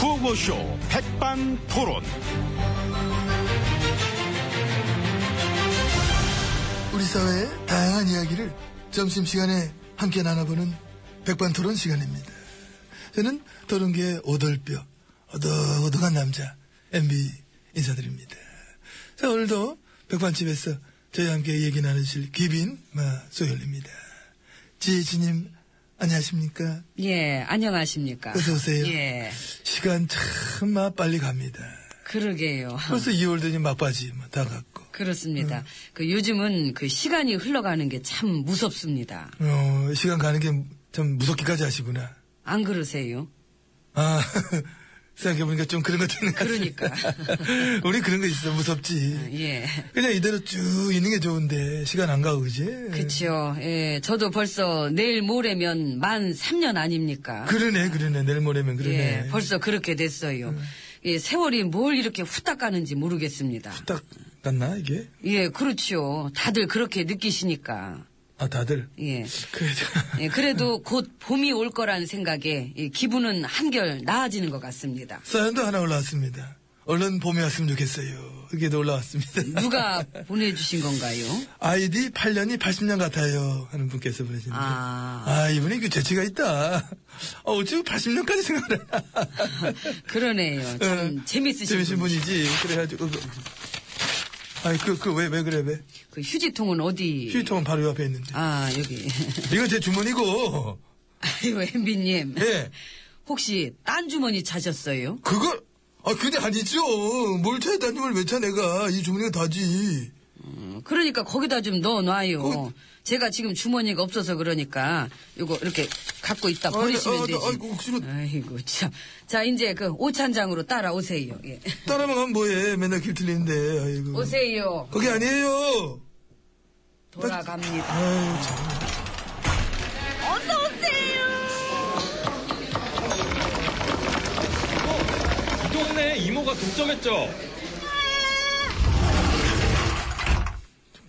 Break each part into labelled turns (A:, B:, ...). A: 라디오쇼 백반토론.
B: 우리 사회의 다양한 이야기를 점심시간에 함께 나눠보는 백반토론 시간입니다. 저는 토론계의 오돌뼈, 오독오독한 남자, MB 인사드립니다. 자, 오늘도 백반집에서 저희와 함께 얘기 나누실 귀빈 마, 소열입니다. 지혜진님, 안녕하십니까?
C: 예, 안녕하십니까.
B: 어서오세요.
C: 예,
B: 시간 참 마, 빨리 갑니다.
C: 그러게요.
B: 벌써 2월 되니 막바지 뭐, 다 갔고.
C: 그렇습니다. 그 요즘은 그 시간이 흘러가는 게 참 무섭습니다.
B: 어, 시간 가는 게 참 무섭기까지 하시구나.
C: 안 그러세요?
B: 아, 생각해보니까 좀 그런 것 같은 것
C: 그러니까.
B: 같습니다. 우리 그런 거 있어. 무섭지.
C: 예.
B: 그냥 이대로 쭉 있는 게 좋은데, 시간 안 가고, 그지?
C: 그치요. 예, 저도 벌써 내일 모레면 만 3년 아닙니까?
B: 그러네, 그러네. 내일 모레면 그러네. 네.
C: 예, 벌써 그렇게 됐어요. 예, 세월이 뭘 이렇게 후딱 가는지 모르겠습니다.
B: 딱 갔나, 이게?
C: 예, 그렇지요. 다들 그렇게 느끼시니까.
B: 아, 다들.
C: 예.
B: 그래,
C: 예, 그래도 곧 봄이 올 거란 생각에 이 기분은 한결 나아지는 것 같습니다.
B: 사연도 하나 올라왔습니다. 얼른 봄이 왔으면 좋겠어요. 이게도 올라왔습니다.
C: 누가 보내주신 건가요?
B: 아이디 8년이 80년 같아요. 하는 분께서 보내셨는데.
C: 아.
B: 이분이 그 재치가 있다. 어, 어찌 80년까지 생각을 하나.
C: 그러네요. 참
B: 어,
C: 재밌으신
B: 재밌으신
C: 분.
B: 분이지. 그래가지고 그, 아니 그그왜 왜 그래 왜?
C: 그 휴지통은 어디?
B: 휴지통은 바로 옆에 있는데.
C: 아 여기.
B: 이건 제 주머니고.
C: 아유 엠비님.
B: 예.
C: 혹시 딴 주머니 찾았어요?
B: 그걸 아 근데 아니죠. 뭘 차에 다니면 왜차 내가 이 주머니가 다지.
C: 음, 그러니까 거기다 좀 넣어놔요.
B: 어.
C: 제가 지금 주머니가 없어서 그러니까 요거 이렇게 갖고 있다 버리시면
B: 아, 아,
C: 되지.
B: 아이고 혹시나
C: 아이고 참. 자 이제 그 오찬장으로 따라오세요. 예.
B: 따라만 가면 뭐해? 맨날 길 틀리는데. 아이고.
C: 오세요.
B: 거기 아니에요.
C: 돌아갑니다.
B: 아유 참.
D: 이 동네 이모가 독점했죠.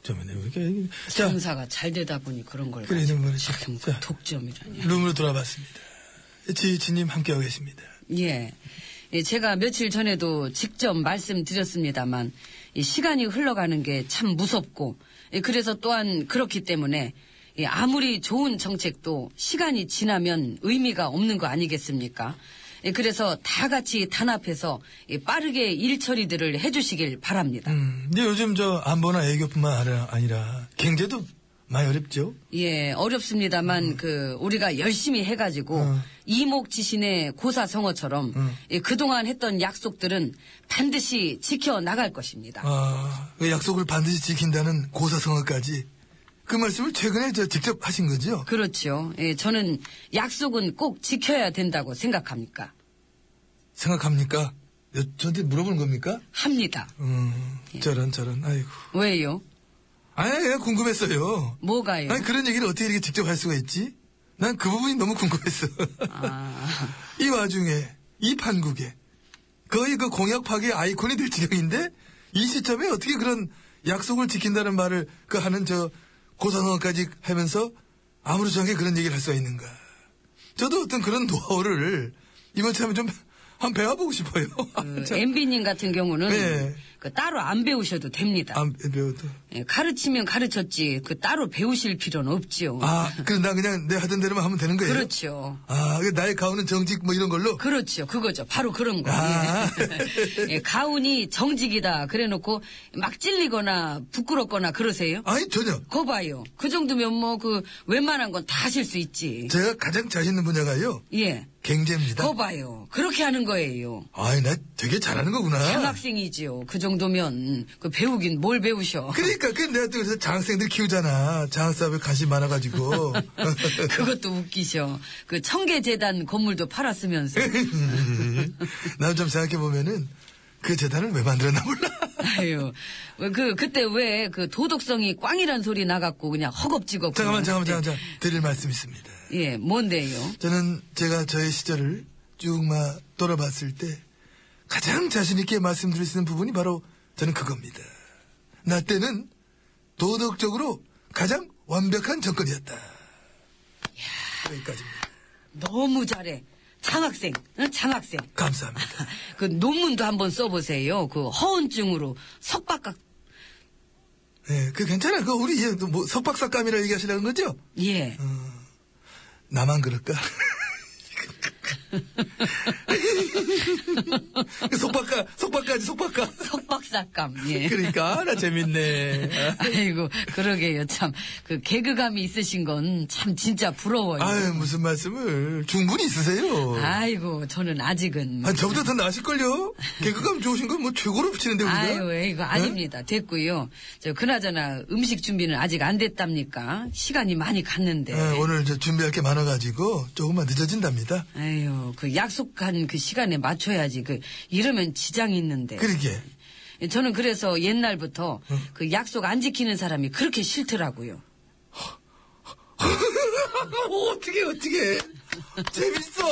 B: 잠깐만요. 이렇게 자
C: 장사가 잘 되다 보니 그런 걸.
B: 그래 좀 말이죠.
C: 가지고 참
B: 자
C: 독점이라니.
B: 룸으로 돌아봤습니다. 지지님 함께하고 계십니다.
C: 예. 예, 제가 며칠 전에도 직접 말씀드렸습니다만, 이 시간이 흘러가는 게 참 무섭고, 예, 그래서 또한 그렇기 때문에, 예, 아무리 좋은 정책도 시간이 지나면 의미가 없는 거 아니겠습니까? 예, 그래서 다 같이 단합해서 예, 빠르게 일처리들을 해주시길 바랍니다.
B: 음, 근데 요즘 저 안보나 애교뿐만 아니라- 아니라 경제도 많이 어렵죠.
C: 예, 어렵습니다만, 그, 우리가 열심히 해가지고,
B: 음.
C: 이목지신의 고사성어처럼,
B: 음.
C: 예, 그동안 했던 약속들은 반드시 지켜나갈 것입니다.
B: 아, 그 약속을 반드시 지킨다는 고사성어까지 그 말씀을 최근에 저 직접 하신 거죠?
C: 그렇죠. 예, 저는 약속은 꼭 지켜야 된다고 생각합니까?
B: 생각합니까? 여- 저한테 물어보는 겁니까?
C: 합니다.
B: 음, 저런 저런, 아이고.
C: 왜요?
B: 아니, 그냥 궁금했어요.
C: 뭐가요?
B: 아니, 그런 얘기를 어떻게 이렇게 직접 할 수가 있지? 난 그 부분이 너무 궁금했어.
C: 아,
B: 이 와중에, 이 판국에, 거의 그 공약 파괴 아이콘이 될 지경인데, 이 시점에 어떻게 그런 약속을 지킨다는 말을 그 하는 저 고사성어까지 하면서 아무렇지 않게 그런 얘기를 할 수가 있는가. 저도 어떤 그런 노하우를 이번 참에 좀, 한 배워보고 싶어요.
C: 그,
B: 참,
C: MB님 같은 경우는,
B: 네.
C: 그, 따로 안 배우셔도 됩니다.
B: 안 배워도.
C: 예, 가르치면 가르쳤지, 그, 따로 배우실 필요는 없지요.
B: 아, 그럼 나 그냥 내 하던 대로만 하면 되는 거예요?
C: 그렇죠.
B: 아, 그 나의 가오는 정직 뭐 이런 걸로?
C: 그렇죠. 그거죠. 바로 그런 거.
B: 아.
C: 예. 예, 가훈이 정직이다. 그래놓고 막 찔리거나 부끄럽거나 그러세요?
B: 아니, 전혀.
C: 거 봐요. 그 정도면 뭐 그 웬만한 건 다 하실 수 있지.
B: 제가 가장 자신 있는 분야가요,
C: 예.
B: 경제입니다.
C: 거 봐요. 그렇게 하는 거예요.
B: 아이, 나 되게 잘하는 거구나.
C: 장학생이지요. 그 정도면 그 배우긴 뭘 배우셔.
B: 그러니까 그 내가 또 그래서 장학생들 키우잖아. 장학사업에 관심 많아가지고.
C: 그것도 웃기셔. 그 청계재단 건물도 팔았으면서.
B: 나 좀 생각해 보면은 그 재단을 왜 만들었나 몰라.
C: 아유. 왜 그, 그때 왜 그 도덕성이 꽝이란 소리 나갖고 그냥 허겁지겁.
B: 잠깐만, 잠깐만,
C: 그냥
B: 잠깐만, 잠깐만. 드릴 말씀 있습니다.
C: 예, 뭔데요?
B: 저는 제가 저의 시절을 쭉 막 돌아봤을 때 가장 자신있게 말씀드릴 수 있는 부분이 바로 저는 그겁니다. 나 때는 도덕적으로 가장 완벽한 정권이었다. 여기까지입니다.
C: 너무 잘해. 장학생, 응? 장학생.
B: 감사합니다.
C: 그 논문도 한번 써보세요. 그 허언증으로 석박각
B: 예, 그 괜찮아요. 그 우리 예, 또뭐 석박사감이라 얘기하시려는 거죠?
C: 예.
B: 음. 나만 그럴까? 속박가, 속박가지, 속박가.
C: 석박사감. 예.
B: 그러니까, 나 재밌네.
C: 아이고 그러게요 참 그 개그감이 있으신 건 참 진짜 부러워요.
B: 아유, 무슨 말씀을. 충분히 있으세요.
C: 이고 저는 아직은
B: 아, 저보다 더 나으실걸요? 개그감 좋으신 건 뭐 최고로 붙이는데, 우리가.
C: 아유
B: 네?
C: 이거 아닙니다 됐고요. 저 그나저나 음식 준비는 아직 안 됐답니까? 시간이 많이 갔는데.
B: 예, 오늘 저 준비할 게 많아가지고 조금만 늦어진답니다.
C: 아유 그 약속한 그 시간에 맞춰야지 그 이러면 지장이 있는데.
B: 그러게.
C: 예, 저는 그래서 옛날부터 그 약속 안 지키는 사람이 그렇게 싫더라고요. 어,
B: 어떻게 어떻게 재밌어.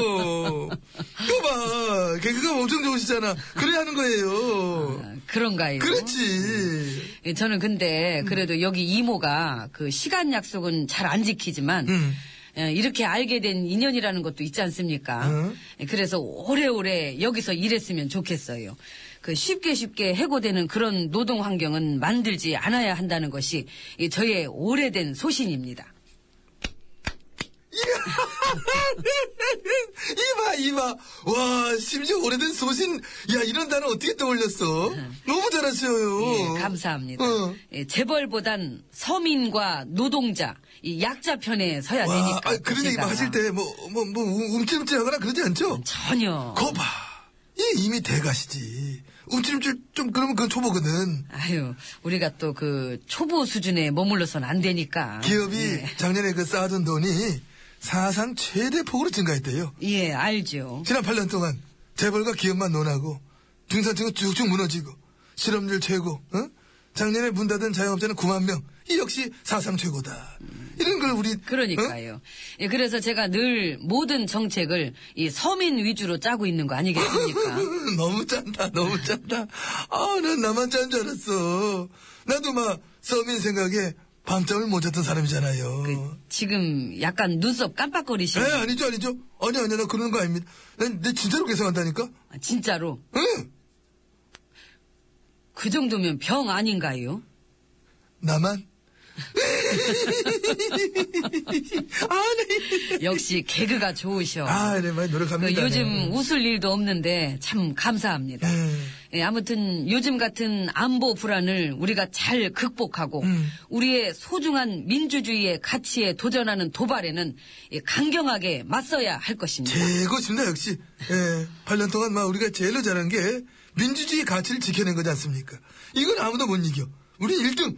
B: 이거 봐 개그가 엄청 좋으시잖아. 그래 야 하는 거예요.
C: 아, 그런가요?
B: 그렇지.
C: 예, 저는 근데 그래도 여기 이모가 그 시간 약속은 잘 안 지키지만
B: 음.
C: 예, 이렇게 알게 된 인연이라는 것도 있지 않습니까?
B: 음.
C: 예, 그래서 오래오래 여기서 일했으면 좋겠어요. 그 쉽게 쉽게 해고되는 그런 노동 환경은 만들지 않아야 한다는 것이 이 저의 오래된 소신입니다.
B: 이봐 이봐 와 심지어 오래된 소신 야 이런 단어 어떻게 떠올렸어? 너무 잘하셔요.
C: 예, 감사합니다.
B: 어.
C: 예, 재벌보단 서민과 노동자, 이 약자 편에
B: 와
C: 서야 되니까.
B: 아, 그런 얘기
C: 제가.
B: 하실 때 뭐 뭐 뭐 움찔움찔하거나 그러지 않죠?
C: 전혀.
B: 거봐 이 이미 대가시지. 움찔움찔 좀 그러면 그건 초보거든.
C: 아유, 우리가 또 그 초보 수준에 머물러선 안 되니까.
B: 기업이
C: 예,
B: 작년에 그 쌓아둔 돈이 사상 최대 폭으로 증가했대요.
C: 예, 알죠.
B: 지난 8년 동안 재벌과 기업만 논하고 중산층은 쭉쭉 무너지고 실업률 최고. 어? 작년에 문 닫은 자영업자는 9만 명. 이 역시 사상 최고다. 이런 걸 우리 어?
C: 그러니까요. 예, 그래서 제가 늘 모든 정책을 이 서민 위주로 짜고 있는 거 아니겠습니까?
B: 너무 짠다, 너무 짠다. 아, 난 나만 짠 줄 알았어. 나도 막 서민 생각에 밤잠을 못 잤던 사람이잖아요.
C: 지금 약간 눈썹 깜빡거리시는
B: 에 아니죠, 아니죠. 아니, 아니, 나 그러는 거 아닙니다. 난, 내 진짜로 계산한다니까.
C: 아, 진짜로
B: 응.
C: 그 정도면 병 아닌가요?
B: 나만? 아니.
C: 역시 개그가 좋으셔.
B: 아, 이래 많이
C: 그
B: 노력합니다.
C: 요즘 웃을 일도 없는데 참 감사합니다.
B: 음.
C: 예, 아무튼 요즘 같은 안보 불안을 우리가 잘 극복하고
B: 음.
C: 우리의 소중한 민주주의의 가치에 도전하는 도발에는 이 강경하게 맞서야 할 것입니다.
B: 최고십니다, 역시. 예. 8년 동안 막 우리가 제일로 잘한 게 민주주의 가치를 지켜낸 거지 않습니까? 이건 아무도 못 이겨. 우린 1등.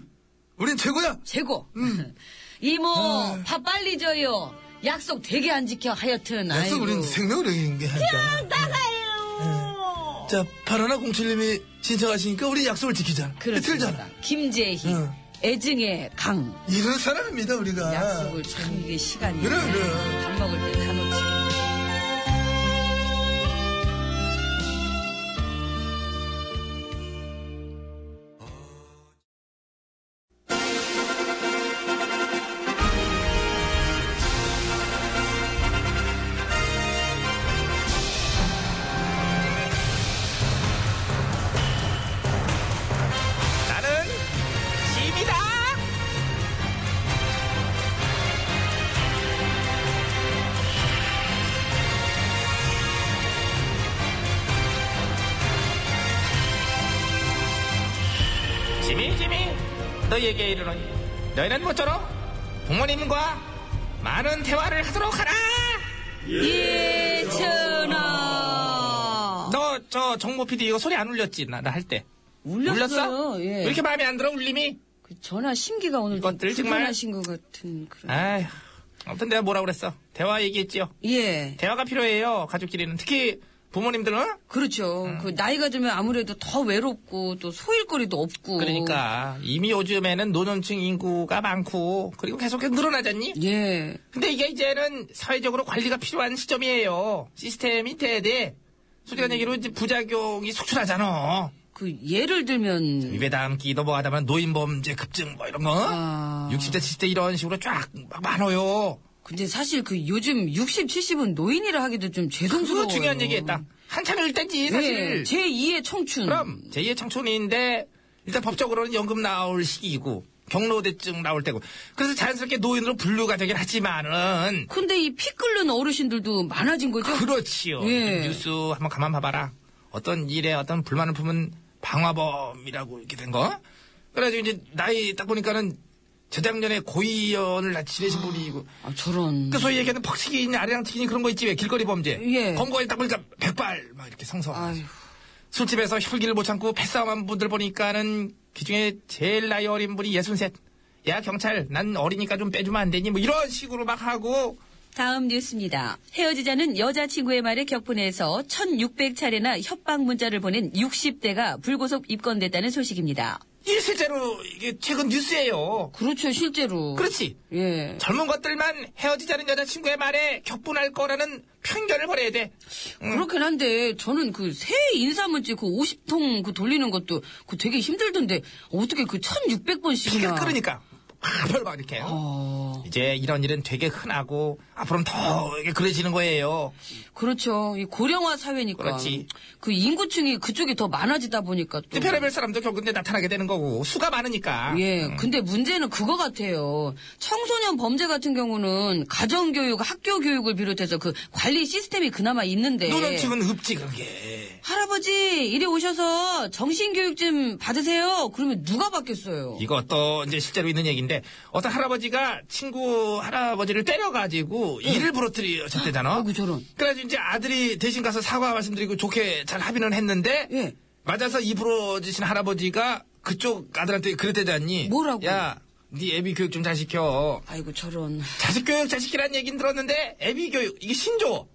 B: 우린 최고야.
C: 최고.
B: 음.
C: 이모
B: 아.
C: 밥 빨리 줘요. 약속 되게 안 지켜 하여튼
B: 약속
C: 아이고.
B: 우린 생명을 이긴 게 하니까. 나가요. 자, 파라나 공칠님이 신청하시니까 우리 약속을 지키자. 틀잖아.
C: 그렇습니다. 김재희
B: 음.
C: 애증의 강
B: 이런 사람입니다, 우리가.
C: 약속을 참 이게 시간이
B: 아. 그래, 그래.
C: 밥 먹을 때 다 놓치고.
A: 나는 짐이다.
E: 지미 지미 너희에게 이르노니 너희는 모쪼록 부모님과 많은 대화를 하도록 하라
C: 예천아
E: 너 저 정모 PD 이거 소리 안 울렸지 나 할 때
C: 울렸어요. 예.
E: 왜 이렇게 마음에 안 들어 울림이?
C: 그 전화 심기가 오늘 좀
E: 이것들 정말.
C: 불편하신 것 같은 그런.
E: 아휴 아무튼 내가 뭐라 그랬어 대화 얘기했지요
C: 예,
E: 대화가 필요해요 가족끼리는 특히 부모님들은 어?
C: 그렇죠. 그 나이가 들면 아무래도 더 외롭고 또 소일거리도 없고.
E: 그러니까 이미 요즘에는 노년층 인구가 많고 그리고 계속 늘어나잖니
C: 예,
E: 근데 이게 이제는 사회적으로 관리가 필요한 시점이에요. 시스템이 돼야 돼. 솔직한 얘기로 이제 부작용이 속출하잖아.
C: 그 예를 들면
E: 음. 위배담기 넘어가다 보면 노인범죄 급증 뭐 이런 거.
C: 아.
E: 60대, 70대 이런 식으로 쫙 막 많아요.
C: 근데 사실 그 요즘 60, 70은 노인이라 하기도 좀 죄송스러워요. 예.
E: 그거 중요한 얘기했다. 한참일 때지 사실.
C: 제 2의 청춘.
E: 그럼 제2의 청춘인데 일단 법적으로는 연금 나올 시기이고 경로대증 나올 때고 그래서 자연스럽게 노인으로 분류가 되긴 하지만은
C: 근데 이 피 끓는 어르신들도 많아진 거죠?
E: 그렇지요.
C: 예.
E: 뉴스 한번 가만 봐봐라. 어떤 일에 어떤 불만을 품은 방화범이라고 이렇게 된 거. 그래가지고 이제 나이 딱 보니까는 재작년에 고위원을 다 지내신 분이고.
C: 아, 저런.
E: 그 소위 얘기하는 퍽치기니 아량치기니 그런 거 있지 왜 길거리 범죄.
C: 예.
E: 검거에 딱 보니까 백발 막 이렇게 성서.
C: 아휴.
E: 술집에서 혈기를 못 참고 패싸움한 분들 보니까는 그중에 제일 나이 어린 분이 예순셋. 야 경찰 난 어리니까 좀 빼주면 안 되니 뭐 이런 식으로 막 하고
C: 다음 뉴스입니다. 헤어지자는 여자친구의 말에 격분해서 1600차례나 협박 문자를 보낸 60대가 불구속 입건됐다는 소식입니다.
E: 이 실제로 이게 최근 뉴스예요.
C: 그렇죠, 실제로.
E: 그렇지.
C: 예.
E: 젊은 것들만 헤어지자는 여자친구의 말에 격분할 거라는 편견을 버려야 돼. 응.
C: 그렇긴 한데, 저는 그 새해 인사문자 그 50통 그 돌리는 것도 그 되게 힘들던데, 어떻게 그 1600번씩이나.
E: 피를 끓으니까. 펄펄 막 이렇게.
C: 어,
E: 이제 이런 일은 되게 흔하고 앞으로는 더 이게 그래지는 거예요.
C: 그렇죠. 이 고령화 사회니까.
E: 그렇지.
C: 그 인구층이 그쪽이 더 많아지다 보니까 또.
E: 근데 별의별 사람도 결국 이제 나타나게 되는 거고 수가 많으니까.
C: 음. 예, 근데 문제는 그거 같아요. 청소년 범죄 같은 경우는 가정교육, 학교 교육을 비롯해서 그 관리 시스템이 그나마 있는데.
E: 노는 측은 없지 그게.
C: 할아버지, 이리 오셔서 정신교육 좀 받으세요. 그러면 누가 받겠어요?
E: 이거 또 이제 실제로 있는 얘기인데 어떤 할아버지가 친구 할아버지를 때려가지고 이를 부러뜨리셨대잖아.
C: 아이고, 저런.
E: 그래가지고 이제 아들이 대신 가서 사과 말씀드리고 좋게 잘 합의는 했는데
C: 예.
E: 맞아서 이 부러지신 할아버지가 그쪽 아들한테 그랬대잖니.
C: 뭐라고?
E: 야, 네 애비 교육 좀 잘 시켜.
C: 아이고, 저런.
E: 자식 교육 잘 시키라는 얘긴 들었는데 애비 교육 이게 신조.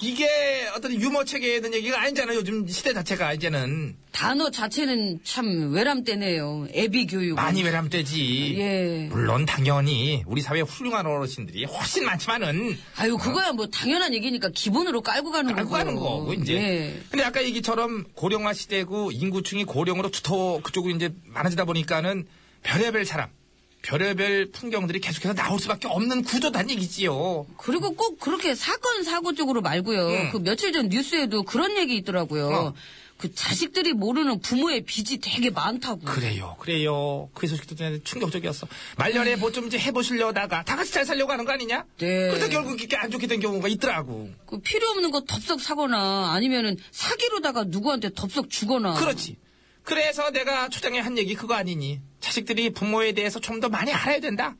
E: 이게 어떤 유머 체계에 있는 얘기가 아니잖아 요즘 시대 자체가 이제는
C: 단어 자체는 참 외람되네요. 애비 교육.
E: 많이 외람되지.
C: 예.
E: 물론 당연히 우리 사회 훌륭한 어르신들이 훨씬 많지만은
C: 아유, 그거야 뭐 당연한 얘기니까 기본으로 깔고 가는 거고.
E: 알고 가는 거고 뭐 이제.
C: 예.
E: 근데 아까 얘기처럼 고령화 시대고 인구층이 고령으로 투터 그쪽으로 이제 많아지다 보니까는 별의별 사람, 별의별 풍경들이 계속해서 나올 수밖에 없는 구조단 얘기지요.
C: 그리고 꼭 그렇게 사건 사고 쪽으로 말고요. 그 며칠 전 뉴스에도 그런 얘기 있더라고요.
E: 네. 어.
C: 그 자식들이 모르는 부모의 빚이 되게 많다고.
E: 그래요, 그래요. 그 소식도 전에 충격적이었어. 말년에 뭐 좀 이제 해보시려다가 다 같이 잘 살려고 하는 거 아니냐?
C: 네.
E: 그래서 결국 이렇게 안 좋게 된 경우가 있더라고.
C: 그 필요 없는 거 덥석 사거나 아니면은 사기로다가 누구한테 덥석 주거나.
E: 그렇지. 그래서 내가 초장에 한 얘기 그거 아니니. 자식들이 부모에 대해서 좀 더 많이 알아야 된다.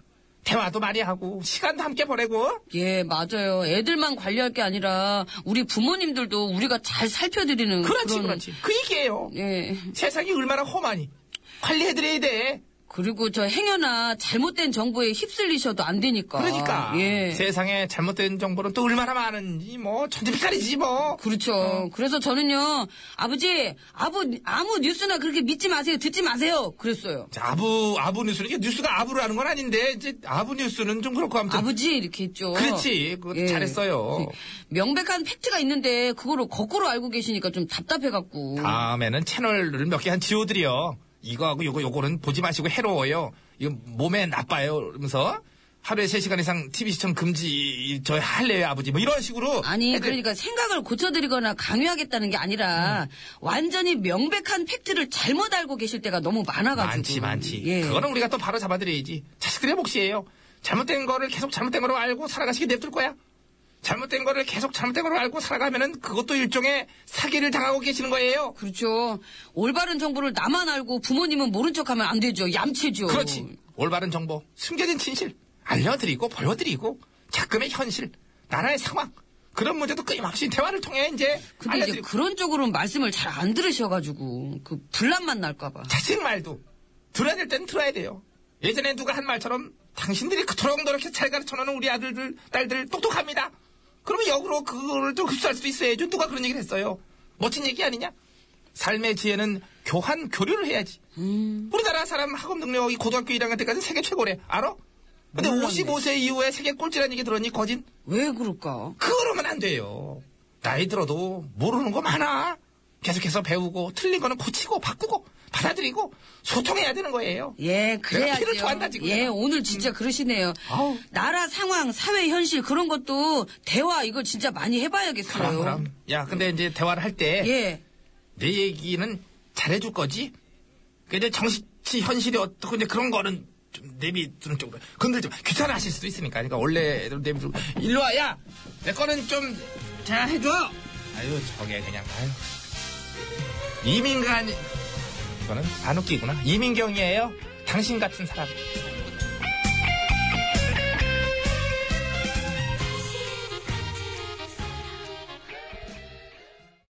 E: 대화도 많이 하고, 시간도 함께 보내고.
C: 예, 맞아요. 애들만 관리할 게 아니라 우리 부모님들도 우리가 잘 살펴드리는
E: 그렇지,
C: 런
E: 그렇지. 그 얘기예요.
C: 예.
E: 세상이 얼마나 험하니. 관리해드려야 돼.
C: 그리고 저 행여나 잘못된 정보에 휩쓸리셔도 안 되니까.
E: 그러니까.
C: 예.
E: 세상에 잘못된 정보는 또 얼마나 많은지, 뭐, 천지빛깔이지, 뭐.
C: 그렇죠. 그래서 저는요, 아버지, 아부, 아무 뉴스나 그렇게 믿지 마세요, 듣지 마세요! 그랬어요.
E: 자, 아부, 아부 뉴스는, 이게 뉴스가 아부라는 건 아닌데, 이제 아부 뉴스는 좀 그렇고, 아무튼.
C: 아버지, 이렇게 했죠.
E: 그렇지. 그거
C: 예.
E: 잘했어요.
C: 명백한 팩트가 있는데, 그거를 거꾸로 알고 계시니까 좀 답답해갖고.
E: 다음에는 채널을 몇 개 한 지워드려. 이거하고 요거, 요거는 보지 마시고 해로워요. 이거 몸에 나빠요. 이러면서. 하루에 세시간 이상 TV 시청 금지, 저 할래요, 아버지. 뭐 이런 식으로.
C: 아니,
E: 애들
C: 그러니까 생각을 고쳐드리거나 강요하겠다는 게 아니라,
E: 음.
C: 완전히 명백한 팩트를 잘못 알고 계실 때가 너무 많아가지고.
E: 많지, 많지.
C: 예.
E: 그거는 우리가 또 바로 잡아드려야지. 자식들의 몫이에요. 잘못된 거를 계속 잘못된 거로 알고 살아가시게 냅둘 거야. 잘못된 거를 계속 잘못된 거로 알고 살아가면은 그것도 일종의 사기를 당하고 계시는 거예요.
C: 그렇죠. 올바른 정보를 나만 알고 부모님은 모른 척하면 안 되죠. 얌체죠.
E: 그렇지.
C: 어.
E: 올바른 정보, 숨겨진 진실, 알려드리고, 보여드리고, 작금의 현실, 나라의 상황, 그런 문제도 끊임없이 대화를 통해 이제
C: 근데 이제
E: 알려드리고,
C: 그런 쪽으로는 말씀을 잘 안 들으셔가지고 그 분란만 날까봐.
E: 자식 말도 들어야 될 땐 들어야 돼요. 예전에 누가 한 말처럼 당신들이 그토록 노력해서 잘 가르쳐놓는 우리 아들들, 딸들 똑똑합니다. 그러면 역으로 그거를 좀 흡수할 수도 있어야죠. 누가 그런 얘기를 했어요. 멋진 얘기 아니냐? 삶의 지혜는 교환, 교류를 해야지. 우리나라 사람 학업 능력이 고등학교 1학년 때까지 세계 최고래. 알아? 근데
C: 몰랐네.
E: 55세 이후에 세계 꼴찌라는 얘기 들었니? 거진?
C: 왜 그럴까?
E: 그러면 안 돼요. 나이 들어도 모르는 거 많아. 계속해서 배우고 틀린 거는 고치고 바꾸고 받아들이고 소통해야 되는 거예요.
C: 예,
E: 내가
C: 그래야죠.
E: 피를 토한다, 지금
C: 예,
E: 내가. 음.
C: 오늘 진짜 그러시네요.
E: 아우.
C: 나라 상황, 사회 현실 그런 것도 대화 이거 진짜 많이 해봐야겠어요.
E: 그럼 그럼. 야, 근데 이제 대화를 할 때 내
C: 예,
E: 얘기는 잘해줄 거지. 근데 정치 현실이 어떻고 이제 그런 거는 좀 내비두는 쪽으로. 근데 좀 귀찮아하실 수도 있으니까. 그러니까 원래대로 내비두고 일로 와, 야, 내 거는 좀 잘 해줘. 아유, 저게 그냥 아유. 이민간 이거는 안 웃기구나. 이민경이에요. 당신 같은 사람.